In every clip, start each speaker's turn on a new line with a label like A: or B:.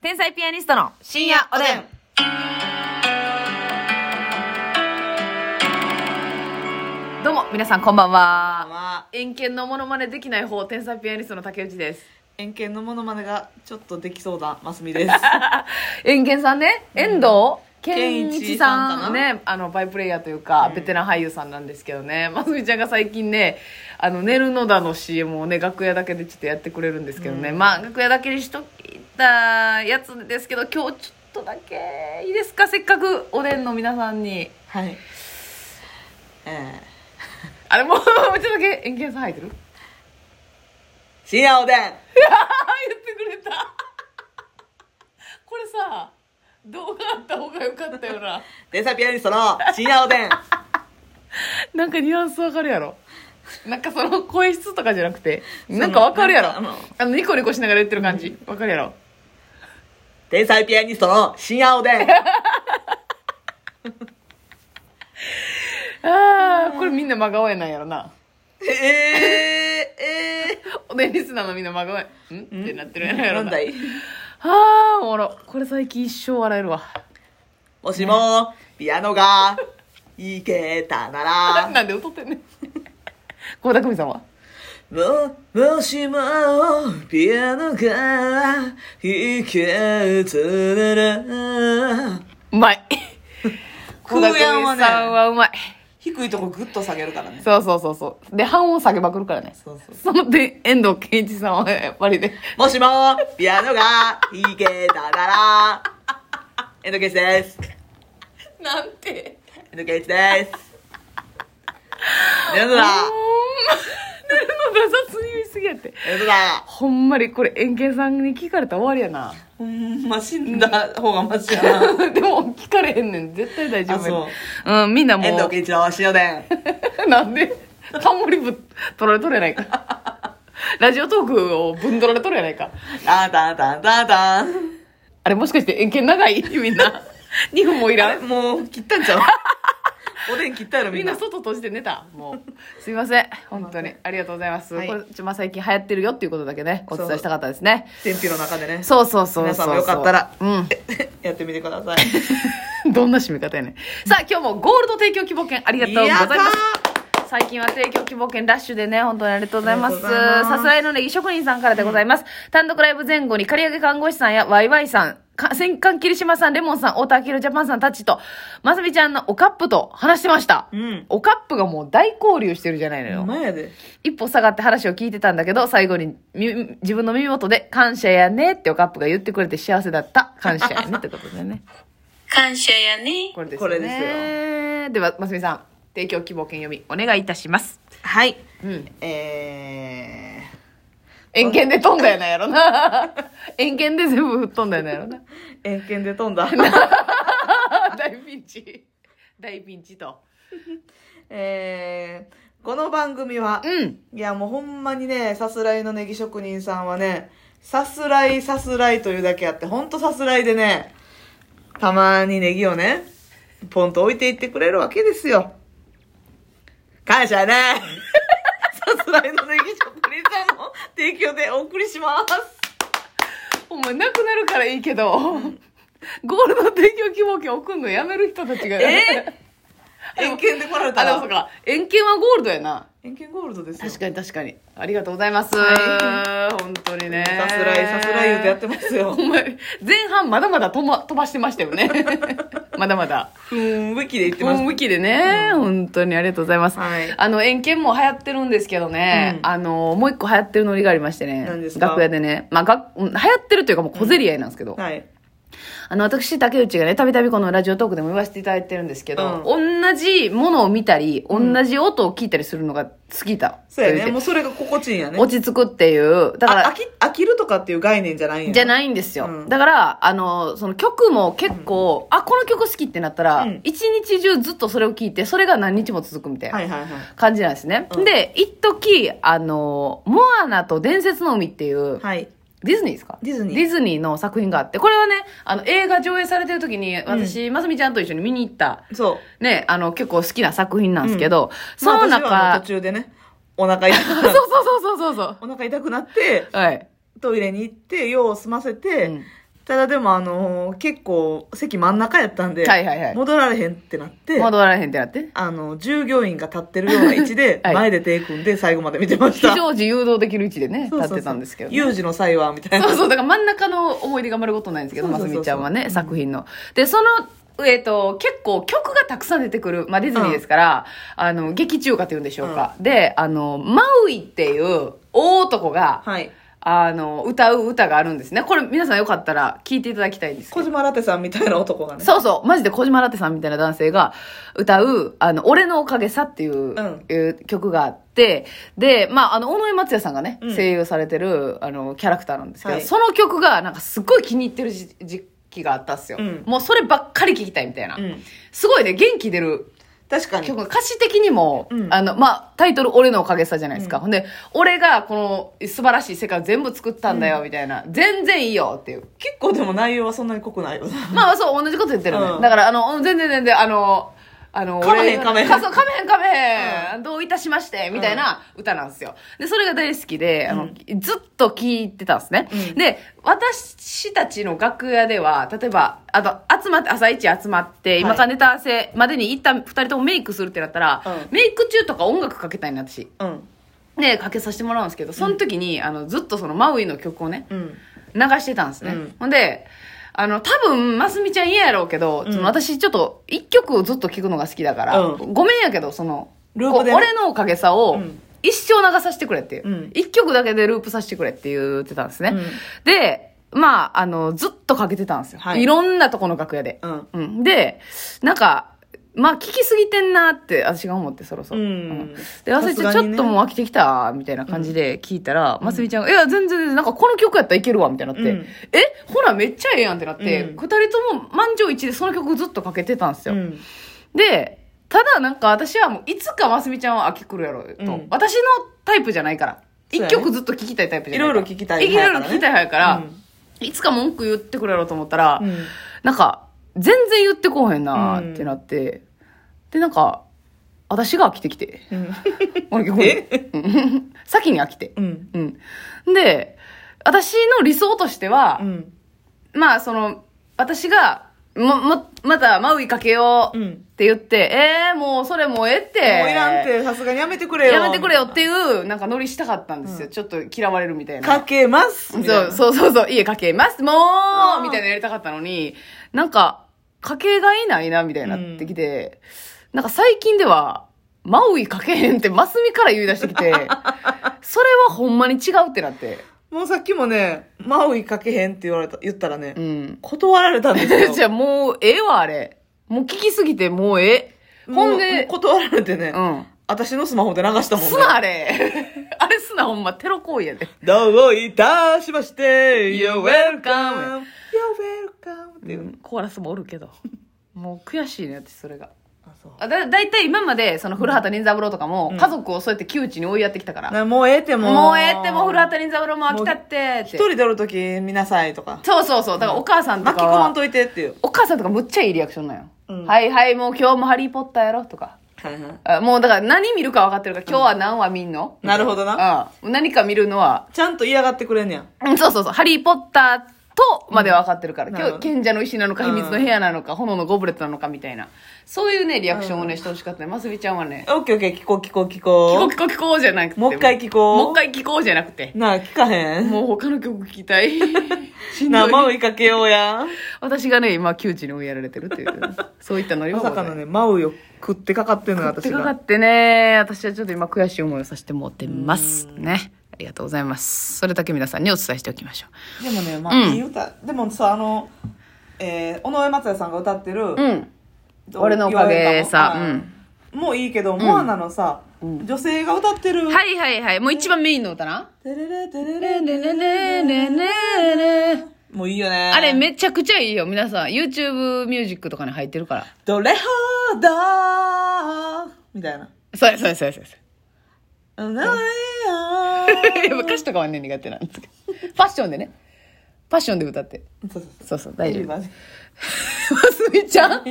A: 天才ピアニストの
B: 深夜おでん。
A: どうも皆さんこんばんは
B: まあ、
A: 遠見のモノマネできない方天才ピアニストの竹内です
B: 円形のモノマネがちょっとできそうだ、ます みです。
A: 遠見さんね遠藤健
B: 健
A: 一
B: 一
A: さ
B: さ
A: ん
B: ん
A: さんねあのバイプレイヤーというか、ベテラン俳優さんなんですけどねますみちゃんが最近ね「あの寝るのだ」の CM をね楽屋だけでちょっとやってくれるんですけどね、まあ楽屋だけにしといたやつですけど今日ちょっとだけいいですかせっかくおでんの皆さんに
B: はい。え
A: あれもうちょっとだけ遠見さん入ってる
B: ー、深夜おでん
A: あ 言ってくれたこれさ動画あった方が良かったよな
B: 天才ピアニストの深夜おでん
A: なんかニュアンスわかるやろなんかその声質とかじゃなくてなんかわかるやろ
B: なんかあの
A: あのニコニコしながら言ってる感じわかるやろ
B: 天才ピアニストの深夜おでん
A: ああこれみんな真顔やなんやろな
B: えー、え
A: おでんリスナーのみんな真顔やんっ
B: ー、
A: てなってるやなんやろ
B: な
A: なん
B: だい
A: あーおもろこれ最近一生笑えるわ
B: もしも、ピアノが、いけたなら、
A: なんで歌ってんねん 倖田來未さんは
B: も、もしも、ピアノが、いけたなら、
A: うまい
B: 空
A: 倖田來
B: やんは
A: 未
B: ね
A: さんはうまい
B: 低いとこグッと下げるからね。
A: そうそうそうそう。で、半音下げまくるからね。
B: そうそ
A: そ
B: う
A: の点、遠藤健一さんはやっぱりね。
B: もしも、ピアノが弾けたなら、エンドケイチです。
A: なんて。
B: エンドケイチです。エンド
A: うーん。
B: だ
A: 寝るのが雑に言いすぎやって。
B: エンドだ
A: ほんまにこれ、円形さんに聞かれたら終わりやな。
B: ほんま死んだ方がマシやな。
A: でも、聞かれへんねん。絶対大丈夫やねん
B: あ
A: うん、みんなも
B: エンドケイチの塩でん。
A: う、 なんで、冠ぶっ取られとるやないか。ラジオトークをぶん取られとるやないか。
B: タンタンタンタンタン。
A: あれ、もしかして円形長いみんな。2分もい
B: あ
A: ら
B: れ
A: ん
B: もう切ったんちゃうおでん切った やろみ
A: み
B: ん
A: ん
B: な。
A: な外閉じて寝たもう すいません本当にありがとうございます、
B: はい
A: これちょまあ最近流行ってるよっていうことだけねお伝えしたかったですね
B: 天日の中でね。
A: そうそうそうそう
B: 皆さんもよかったら
A: うん
B: やってみてください。
A: どん な締め方やねんさあ今日もゴールド提供希望券ありがとうござい
B: やった
A: ます
B: ー
A: 最近は提供希望券ラッシュでね、本当にありがとうございます。
B: ありがとうございます
A: さすらいのネギ職人さんからでございます。単独ライブ前後に刈り上げ看護師さんやワイワイさん、か戦艦霧島さん、レモンさん、太田明ジャパンさんたちと、ますみちゃんのおカップと話してました。
B: うん
A: おカップがもう大交流してるじゃないのよ。
B: ほんまやで。
A: 一歩下がって話を聞いてたんだけど、最後にみ自分の耳元で感謝やねっておカップが言ってくれて幸せだった。感謝やねってことだよね。
C: 感謝やね。
A: これですよね。
B: これです
A: よ。では、ますみさん、提供希望券読みお願いいたし ます。
B: はい。
A: うん。
B: えー。
A: 遠見で飛んだよなやろな。 遠見で全部吹っ飛んだよなやろな。
B: 遠見で飛ん だ。
A: 大ピンチ。 大ピンチと。
B: えー、この番組は、
A: うん。
B: いやもうほんまにね、さすらいのネギ職人さんはね、さすらいさすらいというだけあって、ほんとさすらいでね、たまにネギをね、ポンと置いていってくれるわけですよ。感謝ね さすらいのネギ職人さんの提供でお送りします。
A: お前なくなるからいいけど、 ゴールド提供希望券送んのやめる人たちが。
B: え遠見で来られた
A: あ、で
B: ら
A: もそっ。か。遠見はゴールドやな。
B: 遠見ゴールドですよ。
A: 確かに確かに。ありがとうございます。
B: は
A: 本当にね。
B: さすらいさすらい言うてやってますよ
A: ほ。んまに前半まだまだ飛ば飛ばしてましたよね。 まだまだ。
B: ふーん、ウィキで言ってます
A: もう。向きでね、本当にありがとうございます。
B: はい
A: あの、円券も流行ってるんですけどね、
B: うん
A: あの、もう一個流行ってるノリがありましてね、
B: 何ですか
A: 楽屋でね、まあ、がうん流行ってるというかもう小競り合いなんですけど、
B: はい。
A: あの、私、竹内がね、たびたびこのラジオトークでも言わせていただいてるんですけど、
B: う
A: 同じものを見たり、同じ音を聞いたりするのが好きだ。
B: そう
A: と言
B: や
A: っ
B: ね。
A: て
B: もうそれが心地いいんやね。
A: 落ち着くっていう、だから
B: あ飽、き飽きるとかっていう概念じゃないんや
A: じゃ
B: い
A: ないんですよ。
B: うん
A: だから、あの、その曲も結構、あ、この曲好きってなったら
B: うん、
A: 一、日中ずっとそれを聞いて、それが何日も続くみたいな
B: はいはいはい
A: 感じなんですね。
B: うん
A: で、一時あの、モアナと伝説の海っていう、
B: はい
A: ディズニーですか
B: ディズニー
A: の作品があって、これはね、あの、映画上映されてる時に、私、ますみちゃんと一緒に見に行った、
B: そう
A: ね、あの、結構好きな作品なんですけど、その中、
B: まあ私はあの途中でねお腹痛 く
A: そうそ
B: な
A: うそうそうそうそ
B: お腹痛くなって
A: う。はい。
B: トイレに行って用を済ませ
A: う
B: て、
A: ん
B: ただでもあのー結構席真ん中やったんで、
A: はいはいはい
B: 戻られへんってなって、
A: 戻られへんってなって。、
B: あの、従業員が立ってるような位置で
A: はい
B: 前で手組んで最後まで見てまし
A: 非
B: た。
A: 常時誘導できる位置でね、
B: そうそう
A: 立
B: そう
A: ってたんですけどね、
B: 有事の際は、みたいな。
A: そうそう、だから真ん中の思い出が丸ごとないんですけど、
B: そう
A: ま
B: そうそう
A: す
B: そう
A: みちゃんはね、作品の。で、その、えっ、と、結構曲がたくさん出てくる、まあ、ディズニーですから、あの、劇中歌って言うんでしょうか。で、あの、マウイっていう大男が、
B: はい。
A: あの、歌う歌があるんですね。これ皆さんよかったら聞いていただきたいんですけ
B: 小
A: ど。
B: 島ラテさんみたいな男がね。
A: そうそう、マジで小島ラテさんみたいな男性が歌う、あの、俺のおかげさっていう、
B: ん
A: いう曲があって、で、まあ、あの、尾上松也さんがね、
B: うん
A: 声優されてる、あの、キャラクターなんですけど、
B: はい
A: その曲がなんかすごい気に入ってる時時期があったっすよ、
B: うん
A: もうそればっかり聞きたいみたいな。
B: うん
A: すごいね、元気出る
B: 確かに。
A: 曲、歌詞的にも、
B: うん
A: あの、まあ、タイトル、俺のおかげさじゃないですか。ほんで、俺がこの素晴らしい世界を全部作ったんだよ、みたいな、全然いいよっていう。
B: 結構でも内容はそんなに濃くないよな。
A: まあそう、同じこと言ってるね。
B: うん
A: だから、あの、全然全然、あの、あの、
B: 噛まへん
A: 俺
B: 噛まへん
A: かそう噛めへん噛めへん、どういたしまして、みたいな歌なんですよ。で、それが大好きで、あの、ずっと聞いてたんですね。
B: うん
A: で、私たちの楽屋では、例えば、あと、集まって、朝一集まって、今からネタ合わせまでに一旦二人ともメイクするってなったら、
B: うん
A: メイク中とか音楽かけたいな、私。
B: うん。
A: で、かけさせてもらうんですけど、その時に、あの、ずっとそのマウイの曲をね、
B: うん。
A: 流してたんですね。
B: うん
A: ほんで、あの、多分、ますみちゃん嫌やろうけど、
B: うん
A: その私ちょっと、一曲ずっと聴くのが好きだから、
B: うん
A: ごめんやけど、その、
B: ループでね
A: こう俺のおかげさ
B: う
A: を
B: ん、
A: 一生流させてくれっていう
B: うん。
A: 一、曲だけでループさせてくれって言ってたんですね。
B: うん
A: で、まあ、あの、ずっとかけてたんですよ。
B: はい
A: い、ろんなとこの楽屋で。
B: うん。
A: うんで、なんか、まあ、聞きすぎてんなって、私が思って、そろそろ。
B: うん
A: で、忘れて、ち
B: さすがに
A: ょ
B: ね
A: っともう飽きてきた、みたいな感じで聞いたら、ますみちゃんが、いや、全然全然、なんかこの曲やったらいけるわ、みたいになって、
B: うん
A: えほら、めっちゃええやんってなって、
B: うん
A: 二人とも満場一致でその曲ずっとかけてたんです
B: う
A: よ。
B: ん。
A: で、ただなんか私はもう、いつかますみちゃんは飽きくるやろ、と。
B: うん
A: 私のタイプじゃないから。
B: そう
A: 一
B: やね
A: 曲ずっと聴きたいタイプじゃないから。
B: いろいろ聞きたい
A: いろいろ聞きたい派やから、
B: うん
A: いつか文句言ってくるやろうと思ったら、
B: うん
A: なんか、全然言ってこうへんなーってなって、で、なんか、私が飽きてきて。
B: うん。
A: 俺結構
B: え
A: うん 先に飽きて。
B: うん。
A: うん。で、私の理想としては
B: う、ん。
A: まあ、その、私が、も、も、また、マウイかけよう
B: う
A: っ
B: ん。
A: て言って、えー、もうそれもうええって。
B: もういらんって、さすがにやめてくれよ。
A: やめてくれよっていう、なんかノリしたかったんですよ。ちょっと嫌われるみたいな。
B: かけます。みたい
A: そ
B: な
A: う、そうそうそう、家かけます、も
B: ー
A: うみたいなやりたかったのに、なんか、家計がいないな、みたいになってきて、なんか最近では、マウイかけへんって、マスミから言い出してきて、それはほんまに違うってなって、
B: もうさっきもね、マウイかけへんって言われた、言ったらね
A: う、ん。
B: 断られたんです よ。
A: じゃあもう、ええわ、あれ。もう聞きすぎて、もうええ。
B: も
A: ほ
B: う
A: ん
B: もう
A: で、
B: 断られてね、
A: うん。
B: 私のスマホで流したもんね。
A: すな、あれ。 あれすな、ほんま、テロ行為やで。
B: どういたしまして、
A: You're welcome.
B: You're welcome.You're welcome. っていう。
A: コーラスもおるけど。もう悔しいねって、それが。
B: あそう
A: あだだいたい今までその古畑任三郎とかも
B: うん
A: 家族をそうやって窮地に追いやってきたから、
B: なもうええってもう。
A: もうええってもう古畑任三郎も飽きたってって
B: 一人でおるとき見なさいとか。
A: そうそうそうだからお母さんと
B: 巻き
A: か
B: 込ま
A: は、
B: んといてっていう。
A: お母さんとかむっちゃいいリアクションなんよ、
B: うん
A: はいはいもう今日も「ハリー・ポッター」やろとか
B: はいはい。
A: あもうだから何見るか分かってるから今日は何話見んの、
B: なるほどな。
A: ああ何か見るのは
B: ちゃんと嫌がってくれんねや。
A: うんそうそうそう「ハリー・ポッター」とまでは分かってるから、
B: うん
A: 今日賢者の石なのか
B: う
A: 秘
B: ん
A: 密の部屋なのか、炎のゴブレットなのかみたいなそういうねリアクションをね、してほしかったねますみちゃんはね
B: オッケーオッケー、聞こう聞こう
A: 聞
B: 聞
A: こう
B: こ
A: 聞こう聞こうじゃなくて。
B: もう一回聞こう
A: もう一回聞こうじゃなくて
B: う。。なあ、聞かへん。
A: もう他の曲聞きたい。 しん
B: なあ、マ
A: ど
B: ウ
A: い。
B: イかけようや。
A: 私がね、今、窮地に追いやられてるっていう。そういったノリ
B: ま
A: も
B: さかのね、マウイを食ってかかってんのよ、
A: ござ
B: 私
A: います。手がかっ
B: が。
A: てね、私はちょっと今悔しい思いをさせてもらってます。ね。ありがとうございます。それだけ皆さんにお伝えしておきましょ
B: でもね、ま
A: う
B: あ、
A: ん
B: いい歌。でもさ、あの、えー、尾上松也さんが歌ってる
A: う。、うん。俺のおかげさ。
B: 言われたもん
A: う
B: もういいけど、モアナのさ、
A: うん
B: 女性が歌ってる。
A: ん。はいはいはい。もう一番メインの歌な。
B: テレレテレ
A: ね
B: レ
A: ねねねねねね
B: もういいよね。
A: あれめちゃくちゃいいよ。皆さん、YouTube ミュージックとかに入ってるから。
B: どれほどみたいな。
A: そうやそうやそうやそうや。
B: うん
A: いや 歌詞とかはね苦手なんですけどファッションでねファッションで歌って
B: そうそうそう
A: そうそう大丈夫
B: エヴ
A: ま
B: ァね
A: すみちゃんエブ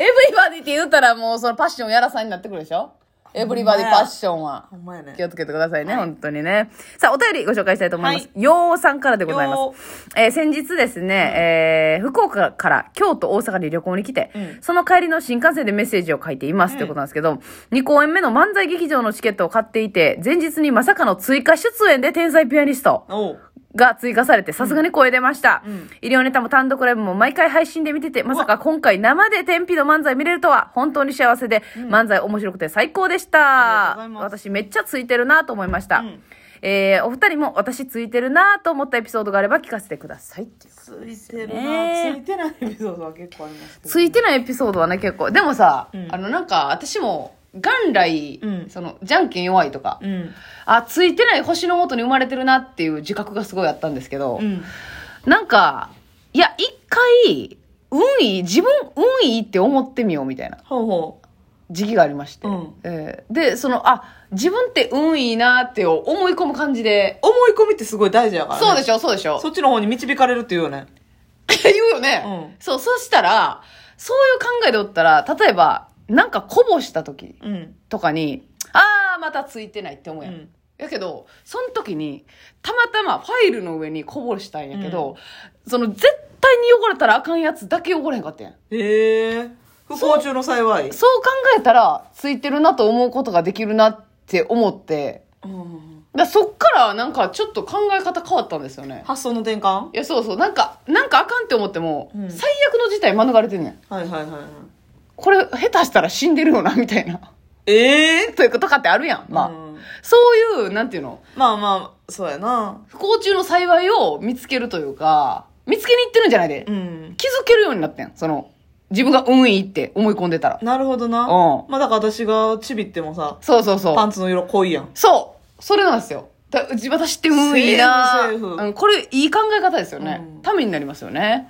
A: リバディって言ったらもうそのパッションやらさんになってくるでしょエブリバディ
B: ほんま
A: パ
B: や
A: ッションは
B: ほ。んまやね
A: 気をつけてくださいね、
B: はい
A: 本当にね。さあ、お便りご紹介したいと思います
B: は。
A: ようさんからでございま
B: よ
A: す。えー先日ですね、えー福岡から京都、大阪に旅行に来て、
B: うん
A: その帰りの新幹線でメッセージを書いています、ということなんですけど、2公演目の漫才劇場のチケットを買っていて、前日にまさかの追加出演で天才ピアニスト。
B: おう
A: が追加されて、さすがに声出ました。
B: ん
A: 医療ネタも単独ライブも毎回配信で見てて、まさか今回生で天日の漫才見れるとは、本当に幸せで、漫才面白くて最高でし
B: あ
A: た。
B: りがとうございます
A: 私めっちゃついてるなと思いました。
B: うん
A: えーお二人も私ついてるなと思ったエピソードがあれば聞かせてくださいっていう。
B: ついてるな、
A: ね
B: ついてないエピソードは結構ありますけど
A: ついてないエピソードはね、結構。でもさ、
B: うん
A: あの、なんか、私も、元来、
B: うん
A: その、じゃんけん弱いとか、
B: うん
A: あ、ついてない星の元に生まれてるなっていう自覚がすごいあったんですけど、
B: うん
A: なんか、いや、一回、運いい、自分運いいって思ってみようみたいな
B: ほうほ
A: 時期がありまして。
B: うん
A: えーで、その、あ、自分って運いいなって思い込む感じで、
B: う思い込みってすごい大事やから、ね、
A: そうでしょ、そうでしょ。
B: そっちの方に導かれるっていうよね
A: 言うよね。
B: う
A: そう、そしたら、そういう考えでおったら、例えば、なんかこぼした時
B: うん
A: とかに、あー、またついてないって思う
B: う
A: やん。
B: ん
A: やけど、その時に、たまたまファイルの上にこぼしたんやけど、その絶対に汚れたらあかんやつだけ汚れへんかったやん。
B: へえ不幸中の幸い
A: そう考えたら、ついてるなと思うことができるなって思って、
B: うん
A: だからそっからなんかちょっと考え方変わったんですよね。
B: 発想の転換
A: いや、そうそう。なんか、なんかあかんって思っても、
B: うん
A: 最悪の事態免れてんねん。
B: はいはいはいはい
A: これ、下手したら死んでるよな、みたいな。
B: ええ
A: ということかってあるやん。まあ、
B: うん
A: そういう、なんていうの、
B: まあまあそうやな
A: 不幸中の幸いを見つけるというか、見つけに行ってるんじゃないで。
B: うん
A: 気づけるようになってん。その、自分が運いいって思い込んでたら。
B: なるほどな
A: うん
B: まあだから私がちびってもさ
A: そうそうそう。
B: パンツの色濃いやん
A: そうそれなんですよ。だうち私って運いいな
B: セーフセーフ
A: うん、これいい考え方ですよね、
B: うん
A: ためになりますよね。